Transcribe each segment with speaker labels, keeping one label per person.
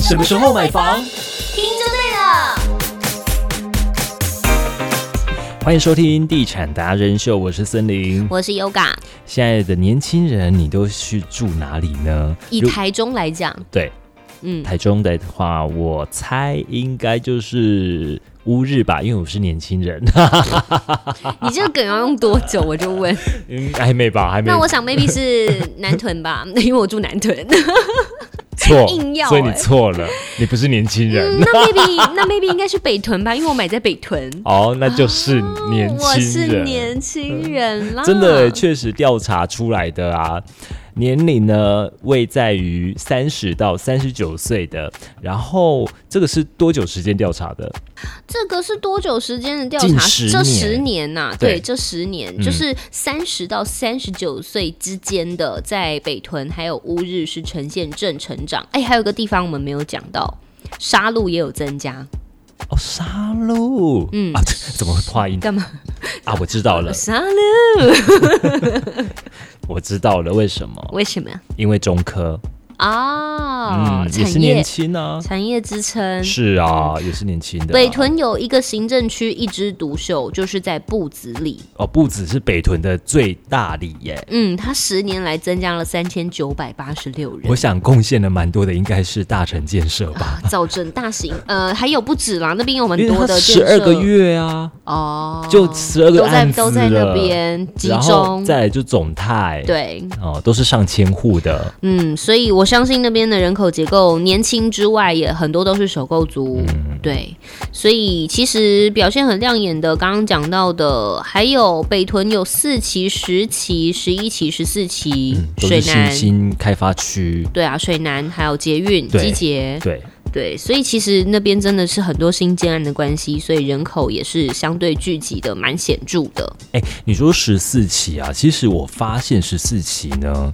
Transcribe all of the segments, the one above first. Speaker 1: 什么时候买房？
Speaker 2: 听就对了。
Speaker 3: 欢迎收听《地产达人秀》，我是森林。
Speaker 2: 我是 Yoga，
Speaker 3: 现在的年轻人，你都去住哪里呢？
Speaker 2: 以
Speaker 3: 如
Speaker 2: 台中来讲，
Speaker 3: 对
Speaker 2: 嗯，
Speaker 3: 台中的话，我猜应该就是乌日吧，因为我是年轻人，
Speaker 2: 你这个梗要用多久？我就问。
Speaker 3: 嗯还没吧， 还没
Speaker 2: 那我想 maybe 是南屯吧， 因为我住 南屯。
Speaker 3: 错，
Speaker 2: 硬要
Speaker 3: 所以你
Speaker 2: 欸
Speaker 3: 错了，你不是年轻人
Speaker 2: 嗯，。那 maybe 那 maybe 应该是北屯吧，因为我买在北屯。
Speaker 3: 哦，那就是年
Speaker 2: 啊我
Speaker 3: 轻
Speaker 2: 是
Speaker 3: 人，
Speaker 2: 年轻人啦，
Speaker 3: 真的确实调查出来的啊，年龄呢位在于三十到三十九岁的，然后这个是多久时间调查的？
Speaker 2: 这个是多久时间的调
Speaker 3: 近
Speaker 2: 查？
Speaker 3: 十
Speaker 2: 这
Speaker 3: 年
Speaker 2: 十年呐、
Speaker 3: 对
Speaker 2: 对，这十年、
Speaker 3: 嗯
Speaker 2: 就是三十到三十九岁之间的，在北屯还有乌日是呈现正成长。哎，还有一个地方我们没有讲到，沙鹿也有增加。
Speaker 3: 哦，杀戮，
Speaker 2: 嗯
Speaker 3: 啊， 怎么会破 音
Speaker 2: 干嘛？
Speaker 3: 啊？我知道了，
Speaker 2: 沙鹿？
Speaker 3: 我知道了，为什么？
Speaker 2: 为什么？
Speaker 3: 因为中科，嗯
Speaker 2: 哦，
Speaker 3: 也是
Speaker 2: 产
Speaker 3: 年
Speaker 2: 业
Speaker 3: 轻啊，
Speaker 2: 产业支撑。
Speaker 3: 是啊，也是年轻的啊、
Speaker 2: 北屯有一个行政区一枝独秀，就是在步子里。
Speaker 3: 哦，不只是北屯的最大里耶。
Speaker 2: 嗯，它十年来增加了三千九百八十六人啊
Speaker 3: 我。想贡献了蛮多的，应该是大成建设吧，
Speaker 2: 造成大型，呃，还有不止啦，那边有蛮
Speaker 3: 因为
Speaker 2: 多
Speaker 3: 他
Speaker 2: 的
Speaker 3: 十
Speaker 2: 建
Speaker 3: 二
Speaker 2: 设
Speaker 3: 个月啊，
Speaker 2: 哦，
Speaker 3: 就12个
Speaker 2: 都在
Speaker 3: 案子
Speaker 2: 都在那
Speaker 3: 了
Speaker 2: 边集
Speaker 3: 然后
Speaker 2: 中，
Speaker 3: 再来就总泰，，
Speaker 2: 对，
Speaker 3: 哦，都是上千户的，
Speaker 2: 嗯，所以我相信那边的人口结构，年轻之外也很多都是首购族，
Speaker 3: 嗯
Speaker 2: 对，所以其实表现很亮眼的，刚刚讲到的，还有北屯有四期、十期、十一期、十四期，
Speaker 3: 嗯都
Speaker 2: 水
Speaker 3: 是新
Speaker 2: 南。
Speaker 3: 兴开发区，
Speaker 2: 对啊，水南还有捷运、
Speaker 3: 对
Speaker 2: 机捷，
Speaker 3: 对，
Speaker 2: 对，所以其实那边真的是很多新建案的关系，所以人口也是相对聚集的，蛮显著的。
Speaker 3: 哎，你说十四期啊，其实我发现十四期呢，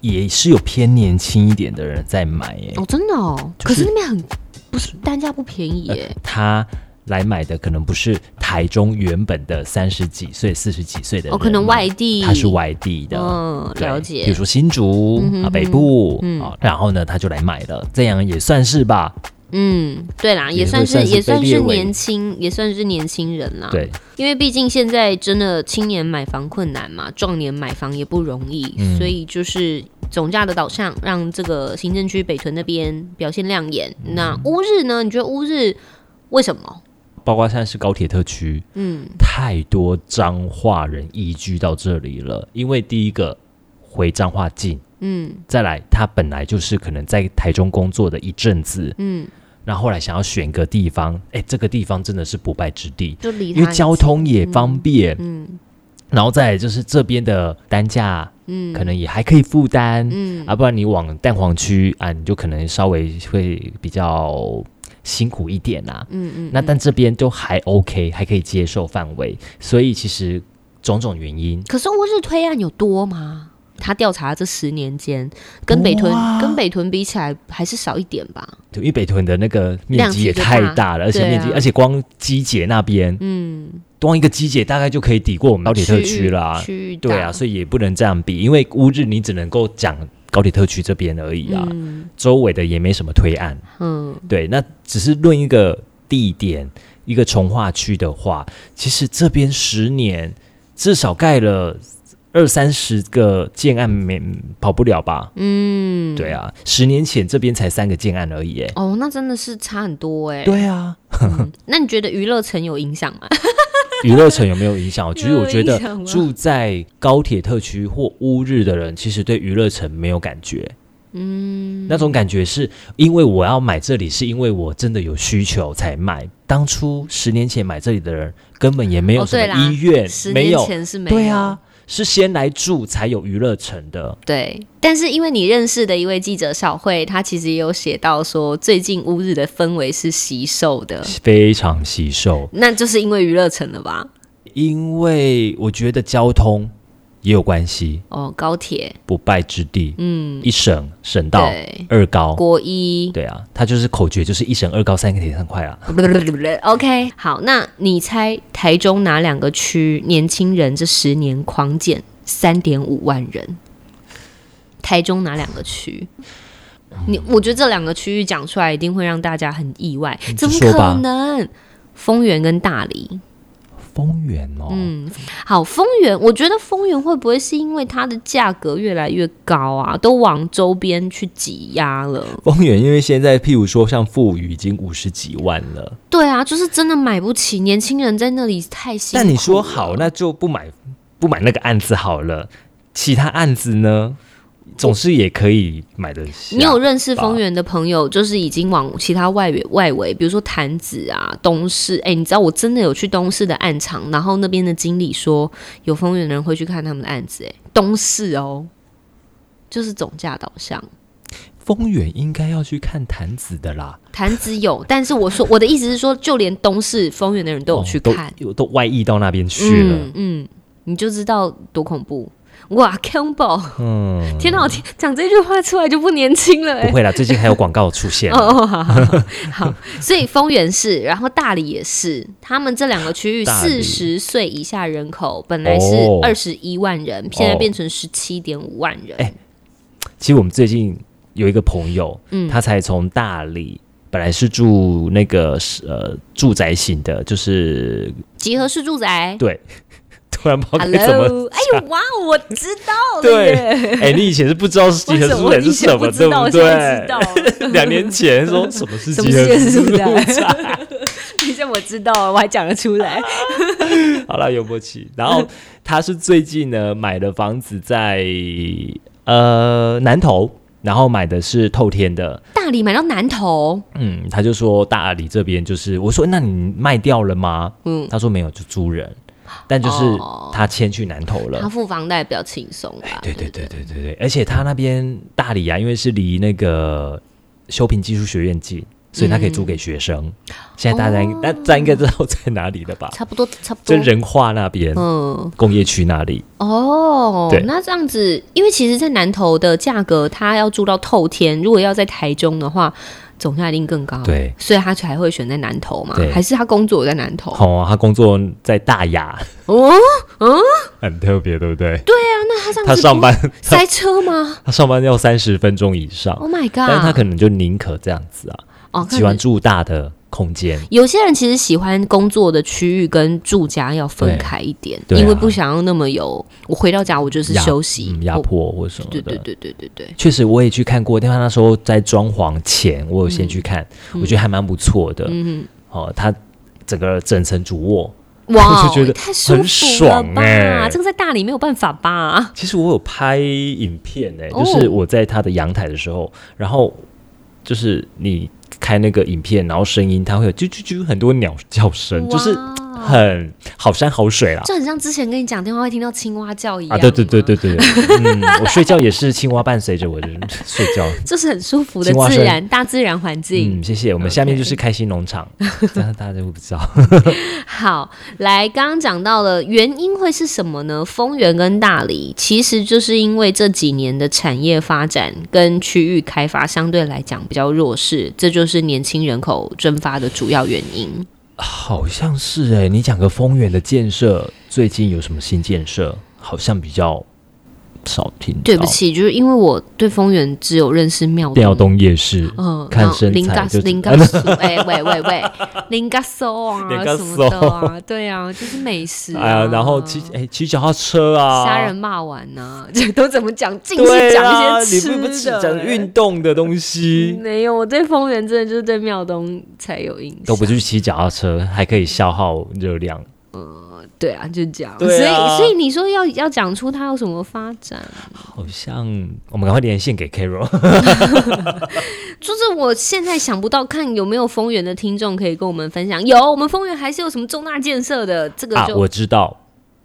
Speaker 3: 也是有偏年轻一点的人在买，哎、
Speaker 2: 哦，真的哦，
Speaker 3: 就
Speaker 2: 可
Speaker 3: 是
Speaker 2: 是那边很不是单价不便宜耶。
Speaker 3: 呃他。来买的可能不是台中原本的三十几岁、四十几岁的人
Speaker 2: 哦，
Speaker 3: 买，
Speaker 2: 可能外地，
Speaker 3: 他呃是外地的，
Speaker 2: 嗯
Speaker 3: 对
Speaker 2: 了解嗯
Speaker 3: 比如说新竹、啊北部、啊，然后呢他就来买了，这样也算是吧，
Speaker 2: 嗯，对啦，
Speaker 3: 也
Speaker 2: 也
Speaker 3: 会
Speaker 2: 算是
Speaker 3: 算是
Speaker 2: 也算
Speaker 3: 被
Speaker 2: 是
Speaker 3: 列为
Speaker 2: 年轻，也算是年轻人啦。
Speaker 3: 对，
Speaker 2: 因为毕竟现在真的青年买房困难嘛，壮年买房也不容易，
Speaker 3: 嗯
Speaker 2: 所以就是总价的导向让这个行政区北屯那边表现亮眼。
Speaker 3: 嗯
Speaker 2: 那乌日呢？你觉得乌日为什么？
Speaker 3: 包括现在是高铁特区，
Speaker 2: 嗯，
Speaker 3: 太多彰化人移居到这里了，因为第一个回彰化近，
Speaker 2: 嗯
Speaker 3: 再来他本来就是可能在台中工作的一阵子，
Speaker 2: 嗯，
Speaker 3: 然后后来想要选个地方，哎，这个地方真的是不败之地，
Speaker 2: 就离他
Speaker 3: 因为交通也方便，
Speaker 2: 嗯
Speaker 3: 然后再来就是这边的单价
Speaker 2: 嗯
Speaker 3: 可能也还可以负担，
Speaker 2: 嗯
Speaker 3: 啊，不然你往蛋黄区啊，你就可能稍微会比较辛苦一点啊啦、
Speaker 2: 嗯嗯，
Speaker 3: 那
Speaker 2: 嗯
Speaker 3: 但这边都还 OK，还可以接受范围，所以其实种种原因，
Speaker 2: 可是乌日推案有多吗？他调查这十年间，跟北屯、
Speaker 3: 多啊
Speaker 2: 跟北屯比起来，还是少一点吧。
Speaker 3: 对因为北屯的那个面
Speaker 2: 量
Speaker 3: 积
Speaker 2: 体
Speaker 3: 也
Speaker 2: 就
Speaker 3: 太
Speaker 2: 大
Speaker 3: 大了，而且
Speaker 2: 对
Speaker 3: 面积，
Speaker 2: 啊
Speaker 3: 而且光机姐那边，
Speaker 2: 嗯，
Speaker 3: 光一个机姐大概就可以抵过我们高铁特区啦、
Speaker 2: 区域区域大
Speaker 3: 对啊，所以也不能这样比，因为乌日你只能够讲高铁特区这边而已啊，
Speaker 2: 嗯
Speaker 3: 周围的也没什么推案。
Speaker 2: 嗯
Speaker 3: 对，那只是论一个地点，一个从化区的话，其实这边十年至少盖了二三十个建案，没跑不了吧？
Speaker 2: 嗯，
Speaker 3: 对啊，十年前这边才三个建案而已，哎，
Speaker 2: 哦，那真的是差很多哎、
Speaker 3: 对啊，
Speaker 2: 嗯那你觉得娱乐城有影响吗？
Speaker 3: 娱乐城有没有影 响？其实我觉
Speaker 2: 有
Speaker 3: 得
Speaker 2: 影响吗
Speaker 3: 住在高铁特区或乌日的人，其实对娱乐城没有感觉。嗯，那种感觉是因为我要买这里，是因为我真的有需求才买。当初十年前买这里的人，根本也没有
Speaker 2: 哦
Speaker 3: 什
Speaker 2: 对
Speaker 3: 么
Speaker 2: 啦
Speaker 3: 医院，
Speaker 2: 十
Speaker 3: 哎没
Speaker 2: 年
Speaker 3: 有，
Speaker 2: 前是没有
Speaker 3: 对啊，是先来住才有娱乐城的。
Speaker 2: 对，但是因为你认识的一位记者小慧，她其实也有写到说，最近乌日的氛围是惜售的，
Speaker 3: 非常惜售，
Speaker 2: 那就是因为娱乐城了吧？
Speaker 3: 因为我觉得交通也有关系，
Speaker 2: 哦，高铁，
Speaker 3: 不败之地，
Speaker 2: 嗯，
Speaker 3: 一省省道
Speaker 2: 对，
Speaker 3: 二高，
Speaker 2: 国一，
Speaker 3: 对啊，他就是口诀，就是一省二高三个铁三块啊。
Speaker 2: 不不不不不 OK，好，那你猜台中哪两个区年轻人这十年狂减三点五万人？台中哪两个区？你我觉得这两个区域讲出来一定会让大家很意外，怎么
Speaker 3: 说吧
Speaker 2: 可能？丰原跟大理，
Speaker 3: 丰原哦，
Speaker 2: 嗯，好，丰原，我觉得丰原会不会是因为它的价格越来越高啊，都往周边去挤压了？
Speaker 3: 丰原因为现在譬如说像富裕已经五十几万了，
Speaker 2: 对啊，就是真的买不起，年轻人在那里太辛苦了。
Speaker 3: 但你说好，那就不买不买那个案子好了，其他案子呢，总是也可以买得下。
Speaker 2: 你有认识丰原的朋友，就是已经往其他外围外围，比如说潭子啊、东市。哎、你知道我真的有去东市的暗场，然后那边的经理说，有丰原人会去看他们的案子、哎，东市哦，就是总价导向。
Speaker 3: 丰原应该要去看坛子的啦，
Speaker 2: 潭子有，但是我说我的意思是说，就连东市丰原的人都有去看，
Speaker 3: 哦、都都外溢到那边去了。
Speaker 2: 嗯嗯，你就知道多恐怖。哇，combo！
Speaker 3: 嗯，
Speaker 2: 天哪，我听讲这句话出来就不年轻了哎、
Speaker 3: 不会啦，最近还有广告出 现
Speaker 2: 哦。哦，好好好好，所以丰原是，然后大理也是，他们这两个区域
Speaker 3: 大理
Speaker 2: 四十岁以下人口本来是
Speaker 3: 哦
Speaker 2: 二十一万人，现在
Speaker 3: 哦
Speaker 2: 变成十七点五万人。
Speaker 3: 哎其实我们最近有一个朋友，
Speaker 2: 嗯
Speaker 3: 他才从大理，本来是住那个呃住宅型的，就是
Speaker 2: 集合式 住宅
Speaker 3: 对，突然不知道该哎怎么。
Speaker 2: ，Hello，哎呦哇，我知道了
Speaker 3: 对
Speaker 2: 耶，
Speaker 3: 哎、你以前是不知道集合
Speaker 2: 为什
Speaker 3: 住
Speaker 2: 么
Speaker 3: 宅
Speaker 2: 以
Speaker 3: 是
Speaker 2: 前
Speaker 3: 什
Speaker 2: 不
Speaker 3: 么，
Speaker 2: 知
Speaker 3: 对
Speaker 2: 道，
Speaker 3: 不
Speaker 2: 我现在知道
Speaker 3: 对？
Speaker 2: 了？
Speaker 3: 两年前说什么是
Speaker 2: 什么
Speaker 3: 集合
Speaker 2: 是集合式
Speaker 3: 住
Speaker 2: 住宅
Speaker 3: 宅？
Speaker 2: 你让我知道了，我还讲得出来。
Speaker 3: 好了，有默契。然后他是最近呢买的房子在呃南投，然后买的是透天的。
Speaker 2: 大理买到南头，
Speaker 3: 嗯，他就说大理这边就是，我说那你卖掉了吗？
Speaker 2: 嗯，
Speaker 3: 他说没有，就租人。但就是
Speaker 2: 哦
Speaker 3: 他迁去南投了。
Speaker 2: 他付房贷比较轻松吧？
Speaker 3: 嗯哎对对对对对对，而且他那边大理啊，因为是离那个修平技术学院近，所以他可以租给学生。
Speaker 2: 嗯
Speaker 3: 现在大家
Speaker 2: 哦
Speaker 3: 应、那大家应该知道在哪里了 吧？
Speaker 2: 差不多，差不
Speaker 3: 就
Speaker 2: 多。
Speaker 3: 仁化那边、
Speaker 2: 嗯，
Speaker 3: 工业区那里。
Speaker 2: 哦
Speaker 3: 对，
Speaker 2: 那这样子，因为其实，在南投的价格，它要住到透天，如果要在台中的话，总价一定更高。，
Speaker 3: 对，
Speaker 2: 所以他才会选在南投嘛
Speaker 3: 对？
Speaker 2: 还是他工作有在南投？
Speaker 3: 好、哦，他工作在大雅，
Speaker 2: 哦，
Speaker 3: 很特别，对不对？
Speaker 2: 那他这样子
Speaker 3: 他上班，
Speaker 2: 不塞车吗
Speaker 3: 他上班要三十分钟以上，
Speaker 2: ？Oh my god！
Speaker 3: 但是他可能就宁可这样子啊，
Speaker 2: 哦，
Speaker 3: 喜欢住大的空间。
Speaker 2: 有些人其实喜欢工作的区域跟住家要分开一点，
Speaker 3: 对对啊
Speaker 2: 因为不想要那么有。我回到家，我就是
Speaker 3: 压
Speaker 2: 休息
Speaker 3: 嗯，压
Speaker 2: 我
Speaker 3: 迫或什么的。
Speaker 2: 对对对对对对，
Speaker 3: 确实，我也去看过，但他那时候在装潢前，我有先去看，我觉得还蛮不错的。
Speaker 2: 嗯，
Speaker 3: 哦，他整个整层主卧，
Speaker 2: 哇，
Speaker 3: 我就觉得
Speaker 2: 太舒
Speaker 3: 很
Speaker 2: 服了
Speaker 3: 爽
Speaker 2: 吧？
Speaker 3: 欸
Speaker 2: 这个在大理没有办法吧？
Speaker 3: 其实我有拍影片诶、
Speaker 2: 哦
Speaker 3: 就是我在他的阳台的时候，然后就是你开那个影片，然后声音它会有啾啾啾很多鸟叫声，就是
Speaker 2: 哇
Speaker 3: 很好山好水啦。
Speaker 2: 就很像之前跟你讲电话会听到青蛙叫一样
Speaker 3: 啊，对对对
Speaker 2: 吗，
Speaker 3: 对对， 嗯，我睡觉也是青蛙伴随着我的睡觉。
Speaker 2: 就是很舒服的
Speaker 3: 青蛙
Speaker 2: 自
Speaker 3: 声
Speaker 2: 然大自然环境。
Speaker 3: 嗯，谢谢。我们下面
Speaker 2: OK
Speaker 3: 就是开心农 场，这样大家就会不知道。
Speaker 2: 好，来，刚刚讲到了原因会是什么呢？丰原跟大理其实就是因为这几年的产业发展跟区域开发相对来讲比较弱势，这就是年轻人口蒸发的主要原因。
Speaker 3: 好像是哎、你讲个丰原的建设，最近有什么新建设？好像比较少听到。
Speaker 2: 对不，起，就是因为我对丰原只有认识庙
Speaker 3: 调
Speaker 2: 东。
Speaker 3: 东夜市。
Speaker 2: 嗯，
Speaker 3: 看
Speaker 2: 然后
Speaker 3: 身
Speaker 2: 林
Speaker 3: 材
Speaker 2: 嘎
Speaker 3: 就知
Speaker 2: 林嘎苏，哎、喂喂喂，林嘎苏啊
Speaker 3: 林嘎
Speaker 2: 什么的
Speaker 3: 苏
Speaker 2: 啊，对啊，就是美食、啊。
Speaker 3: 哎呀，然后骑哎、骑脚踏车啊，
Speaker 2: 杀人骂完 呐、这都怎么讲？尽是
Speaker 3: 对
Speaker 2: 讲
Speaker 3: 啊，
Speaker 2: 一些
Speaker 3: 你
Speaker 2: 吃的、嗯
Speaker 3: 不不只讲
Speaker 2: 哎
Speaker 3: 运动的东西，嗯
Speaker 2: 没有，我对丰原真的就是对庙东才有印象。
Speaker 3: 都不去骑脚踏车，还可以消耗热量。
Speaker 2: 对啊，就这样。
Speaker 3: 对啊
Speaker 2: 所以，所以你说要要讲出它有什么发展？
Speaker 3: 好像我们赶快连线给 Carol，
Speaker 2: 就是我现在想不到，看有没有丰原的听众可以跟我们分享。有，我们丰原还是有什么重大建设的？这个
Speaker 3: 啊，
Speaker 2: 就、
Speaker 3: 我知道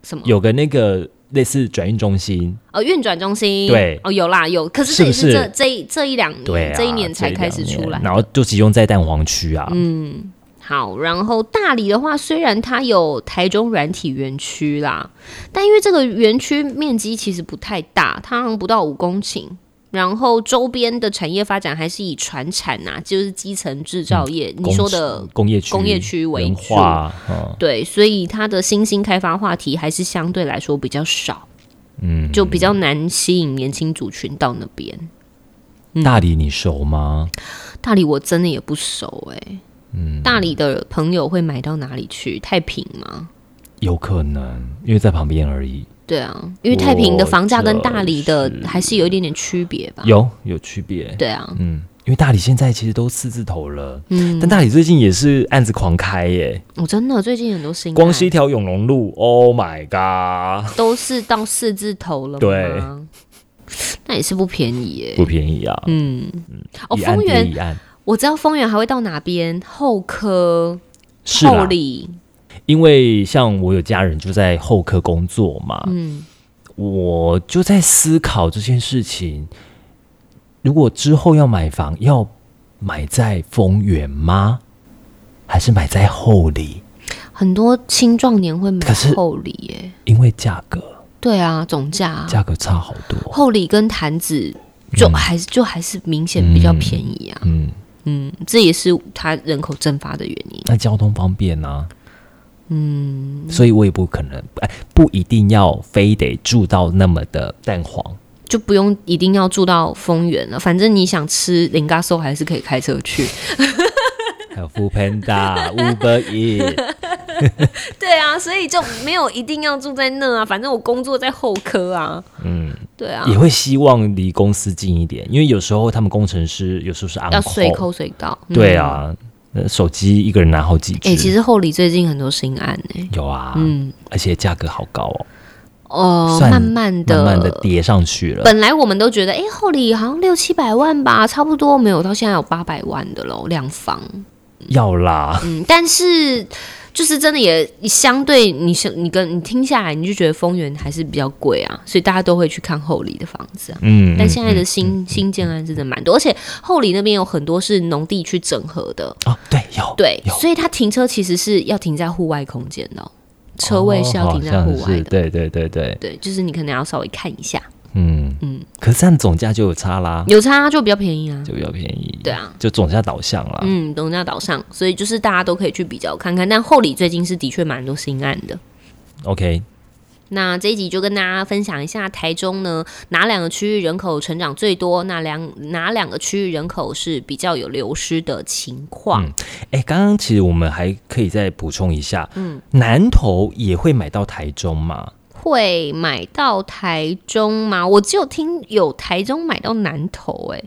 Speaker 2: 什么？
Speaker 3: 有个那个类似转运中心，
Speaker 2: 哦，运转中心。
Speaker 3: 对
Speaker 2: 哦，有啦有，可是
Speaker 3: 是
Speaker 2: 这
Speaker 3: 不
Speaker 2: 也
Speaker 3: 是
Speaker 2: 这这一这一两年、
Speaker 3: 对啊，
Speaker 2: 这一年才
Speaker 3: 这
Speaker 2: 开始
Speaker 3: 两
Speaker 2: 出
Speaker 3: 年啊
Speaker 2: 来。
Speaker 3: 然后就集中在蛋黄区啊，
Speaker 2: 嗯，好。然后大理的话，虽然它有台中软体园区啦，但因为这个园区面积其实不太大，它好像不到五公顷。然后周边的产业发展还是以船产呐、就是基层制造业，你
Speaker 3: 工
Speaker 2: 说
Speaker 3: 区
Speaker 2: 的
Speaker 3: 工业区、
Speaker 2: 工业区为
Speaker 3: 文
Speaker 2: 主
Speaker 3: 化，嗯
Speaker 2: 对，所以它的新兴开发话题还是相对来说比较少，
Speaker 3: 嗯，
Speaker 2: 就比较难吸引年轻族群到那边。
Speaker 3: 大理你熟吗？
Speaker 2: 大理我真的也不熟哎、嗯，大理的朋友会买到哪里去？太平吗？
Speaker 3: 有可能，因为在旁边而已。
Speaker 2: 对啊，因为太平的房价跟
Speaker 3: 我
Speaker 2: 大理的
Speaker 3: 就是
Speaker 2: 还是有一点点区别吧。
Speaker 3: 有有区别，
Speaker 2: 啊对啊，
Speaker 3: 嗯，因为大理现在其实都四字头了，
Speaker 2: 嗯，
Speaker 3: 但大理最近也是案子狂开耶，
Speaker 2: 我、真的最近很多新
Speaker 3: 光
Speaker 2: 案
Speaker 3: 是一条永隆路，Oh my god，
Speaker 2: 都是到四字头了，
Speaker 3: 对，
Speaker 2: 那也是不便宜耶、
Speaker 3: 不便宜啊，
Speaker 2: 嗯，哦，
Speaker 3: 一案
Speaker 2: 丰
Speaker 3: 叠
Speaker 2: 原
Speaker 3: 一案，
Speaker 2: 我知道丰原还会到哪边，后科、
Speaker 3: 是
Speaker 2: 后
Speaker 3: 啦，
Speaker 2: 里，
Speaker 3: 因为像我有家人就在后科工作嘛，
Speaker 2: 嗯
Speaker 3: 我就在思考这件事情，如果之后要买房，要买在丰原吗？还是买在后里？
Speaker 2: 很多青壮年会买
Speaker 3: 可是
Speaker 2: 后里耶、
Speaker 3: 因为价格
Speaker 2: 对啊，总价、啊、
Speaker 3: 价格差好多，
Speaker 2: 厚礼跟坛子就还是、就还是明显比较便宜啊，
Speaker 3: 嗯，
Speaker 2: 嗯，这也是它人口蒸发的原因。
Speaker 3: 那交通方便啊，嗯，所以我也不可能，哎，不一定要非得住到那么的蛋黄，
Speaker 2: 就不用一定要住到丰原了，反正你想吃林嘎寿还是可以开车去。
Speaker 3: 还有 Food Panda、Uber E，
Speaker 2: 对啊，所以就没有一定要住在那啊，反正我工作在后科啊。
Speaker 3: 嗯，
Speaker 2: 对啊，
Speaker 3: 也会希望离公司近一点，因为有时候他们工程师有时候是 on
Speaker 2: 要随口随到。嗯
Speaker 3: 对，啊，那手机一个人拿好几只，
Speaker 2: 哎、其实后里最近很多新案哎、
Speaker 3: 有啊，
Speaker 2: 嗯，
Speaker 3: 而且价格好高哦，
Speaker 2: 哦、
Speaker 3: 算
Speaker 2: 慢慢的，
Speaker 3: 慢慢的叠上去了。
Speaker 2: 本来我们都觉得，哎、后里好像六七百万吧，差不多没有，到现在有八百万的喽，两房。
Speaker 3: 要啦，
Speaker 2: 嗯，但是就是真的也相对你是你跟你听下来，你就觉得丰原还是比较贵啊，所以大家都会去看后里的房子啊。
Speaker 3: 嗯，
Speaker 2: 但现在的
Speaker 3: 嗯
Speaker 2: 新、新建案真的蛮多，而且后里那边有很多是农地去整合的，
Speaker 3: 嗯哦，对，有
Speaker 2: 对，
Speaker 3: 有
Speaker 2: 所以它停车其实是要停在户外空间的哦、车位是要
Speaker 3: 哦
Speaker 2: 停在
Speaker 3: 好
Speaker 2: 户
Speaker 3: 像
Speaker 2: 外
Speaker 3: 是
Speaker 2: 的。
Speaker 3: 对对对对，
Speaker 2: 对，就是你可能要稍微看一下，
Speaker 3: 嗯
Speaker 2: 嗯
Speaker 3: 嗯，可是这样总价就有差啦，
Speaker 2: 有差就比较便宜啊。
Speaker 3: 啊就比较便宜，
Speaker 2: 对，啊，
Speaker 3: 就总价导向啦。
Speaker 2: 嗯，东家岛上，所以就是大家都可以去比较看看。但后里最近是的确蛮多新案的。
Speaker 3: OK，
Speaker 2: 那这一集就跟大家分享一下台中呢哪两个区域人口成长最多，那两哪两个区域人口是比较有流失的情况。
Speaker 3: 嗯哎，刚刚其实我们还可以再补充一下，嗯，南投也会买到台中嘛，
Speaker 2: 会买到台中吗？我只有听有台中买到南投、哎，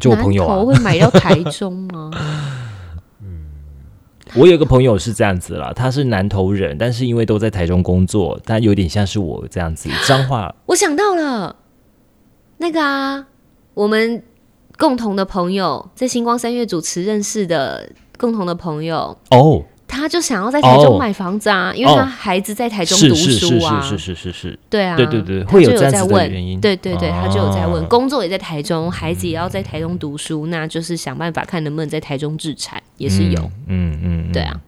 Speaker 3: 就我朋友
Speaker 2: 南
Speaker 3: 啊
Speaker 2: 投，会买到台中 吗？
Speaker 3: 我有一个朋友是这样子啦，他是南投人，但是因为都在台中工作，他有点像是我这样子，彰化
Speaker 2: 我想到了，那个啊，我们共同的朋友在星光三月主持认识的共同的朋友，
Speaker 3: 哦，
Speaker 2: 他就想要在台中
Speaker 3: 哦
Speaker 2: 买房子啊，因为他
Speaker 3: 哦
Speaker 2: 孩子在台中
Speaker 3: 是
Speaker 2: 读
Speaker 3: 是是
Speaker 2: 书啊，
Speaker 3: 是是是是是，
Speaker 2: 对啊，
Speaker 3: 对对对
Speaker 2: 他
Speaker 3: 会有
Speaker 2: 就有
Speaker 3: 这样
Speaker 2: 在
Speaker 3: 子的
Speaker 2: 问
Speaker 3: 原因
Speaker 2: 对对对，他就有在问，
Speaker 3: 啊
Speaker 2: 工作也在台中，孩子也要在台中读书，那就是想办法看能不能在台中置产，也是有，
Speaker 3: 嗯，嗯嗯嗯，
Speaker 2: 对啊，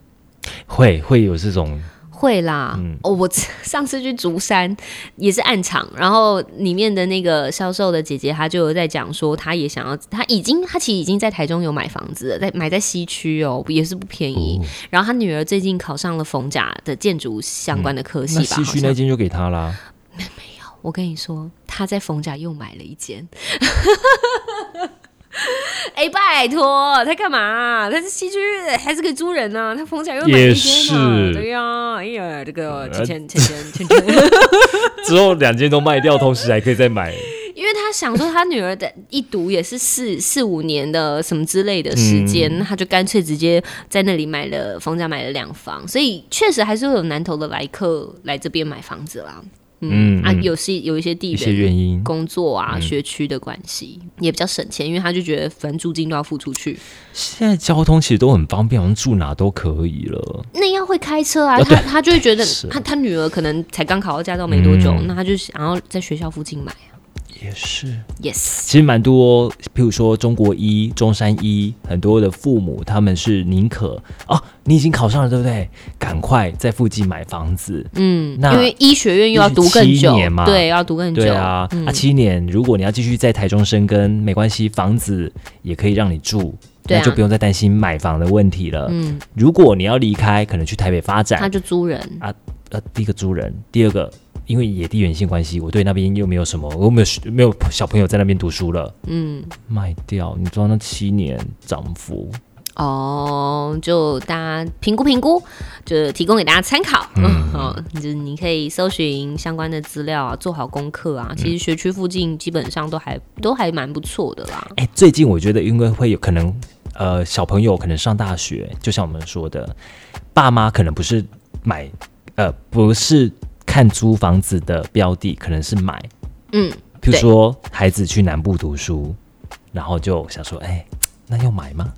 Speaker 3: 会会有这种
Speaker 2: 会啦。
Speaker 3: 嗯
Speaker 2: 哦，我 上次去竹山也是暗场，然后里面的那个销售的姐姐，她就有在讲说，她也想要，她已经，她其实已经在台中有买房子了，在买在西区哦，也是不便宜。然后她女儿最近考上了逢甲的建筑相关的科
Speaker 3: 嗯
Speaker 2: 系
Speaker 3: 那
Speaker 2: 吧，
Speaker 3: 西
Speaker 2: 好
Speaker 3: 区
Speaker 2: 像
Speaker 3: 那间就给他啦，
Speaker 2: 我跟你说，他在逢甲又买了一间。 哎、拜托，他干嘛、他是西区还是可以租人呢、他逢甲又买了
Speaker 3: 也
Speaker 2: 一间呢、
Speaker 3: 是呃
Speaker 2: 对呀、哎呀，这个钱钱钱钱钱 钱，
Speaker 3: 之后两间都卖掉，同时还可以再买，
Speaker 2: 因为他想说他女儿的一读也是四四五年的什么之类的时间，
Speaker 3: 嗯
Speaker 2: 那他就干脆直接在那里买了逢甲买了两房，所以确实还是会有南投的来客来这边买房子啦。嗯
Speaker 3: 嗯
Speaker 2: 啊，
Speaker 3: 嗯
Speaker 2: 有些有一些地
Speaker 3: 一
Speaker 2: 缘
Speaker 3: 些原因。嗯
Speaker 2: 工作啊、学区的关系，也比较省钱，因为他就觉得反正租金都要付出去。
Speaker 3: 现在交通其实都很方便，好像住哪都可以了。
Speaker 2: 那要会开车啊，
Speaker 3: 啊
Speaker 2: 他
Speaker 3: 对
Speaker 2: 他就会觉得
Speaker 3: 是
Speaker 2: 他他女儿可能才刚考到驾照没多久，
Speaker 3: 嗯
Speaker 2: 那他就想要在学校附近买啊。
Speaker 3: 也是，
Speaker 2: Yes，
Speaker 3: 其实蛮多，譬如说中国一、中山一，很多的父母他们是宁可哦，你已经考上了，对不对？赶快在附近买房子。
Speaker 2: 嗯，
Speaker 3: 那
Speaker 2: 因为医学院又要读更久
Speaker 3: 17年，嘛
Speaker 2: 对，要读更久。嗯
Speaker 3: 对啊，啊，七年，如果你要继续在台中生根，没关系，房子也可以让你住，
Speaker 2: 对啊
Speaker 3: 那就不用再担心买房的问题了。
Speaker 2: 嗯，
Speaker 3: 如果你要离开，可能去台北发
Speaker 2: 他
Speaker 3: 展，啊
Speaker 2: 就租人，
Speaker 3: 呃，第一个租人，第二个因为野地缘性关系，我对那边又没有什么，我没有没有小朋友在那边读书了，
Speaker 2: 嗯，
Speaker 3: 卖掉，你知道那七年涨幅，
Speaker 2: 哦，就大家评估评估，就提供给大家参考。嗯， 哦，就是你可以搜寻相关的资料啊，做好功课
Speaker 3: 嗯
Speaker 2: 啊。其实学区附近基本上都还都还蛮不错的啦。
Speaker 3: 哎、最近我觉得因为会有可能，呃，小朋友可能上大学，就像我们说的，爸妈可能不是买，呃，不是看租房子的标的，可能是买，
Speaker 2: 嗯，
Speaker 3: 譬如
Speaker 2: 对
Speaker 3: 说孩子去南部读书，然后就想说，哎、那要买吗？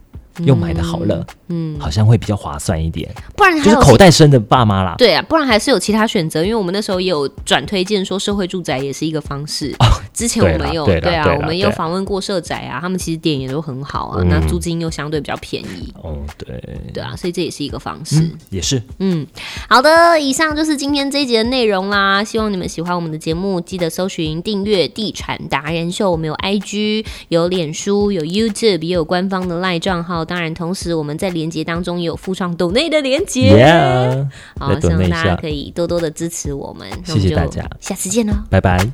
Speaker 3: 用买的好了，
Speaker 2: 嗯，
Speaker 3: 好像会比较划算一点，
Speaker 2: 不然
Speaker 3: 就
Speaker 2: 还
Speaker 3: 是
Speaker 2: 有
Speaker 3: 口袋深的爸妈啦。
Speaker 2: 对啊，不然还是有其他选择，因为我们那时候也有转推荐说社会住宅也是一个方式。之前
Speaker 3: 对
Speaker 2: 我们
Speaker 3: 啦
Speaker 2: 有
Speaker 3: 哦对啦
Speaker 2: 啊，
Speaker 3: 对啦
Speaker 2: 我们
Speaker 3: 对嗯
Speaker 2: 也有
Speaker 3: 啦
Speaker 2: 访问过社宅啊，他们其实点也都很好啊，那租金又相对比较便宜，
Speaker 3: 哦，对，
Speaker 2: 对啊，所以这也是一个方式。
Speaker 3: 也是。
Speaker 2: 嗯，好的，以上就是今天这一集的内容啦。希望你们喜欢我们的节目，记得搜寻订阅《地产达人秀》，我们有 IG、有脸书、有 YouTube，也有官方的赖账号。当然，同时我们在连接当中也有附上抖内的连接。
Speaker 3: Yeah，
Speaker 2: 好，
Speaker 3: 来
Speaker 2: 希
Speaker 3: 抖内
Speaker 2: 望
Speaker 3: 一
Speaker 2: 大家
Speaker 3: 下
Speaker 2: 可，以多多的支持我们。那我
Speaker 3: 谢
Speaker 2: 们
Speaker 3: 谢
Speaker 2: 就
Speaker 3: 大家
Speaker 2: 下次见喽。
Speaker 3: 拜拜。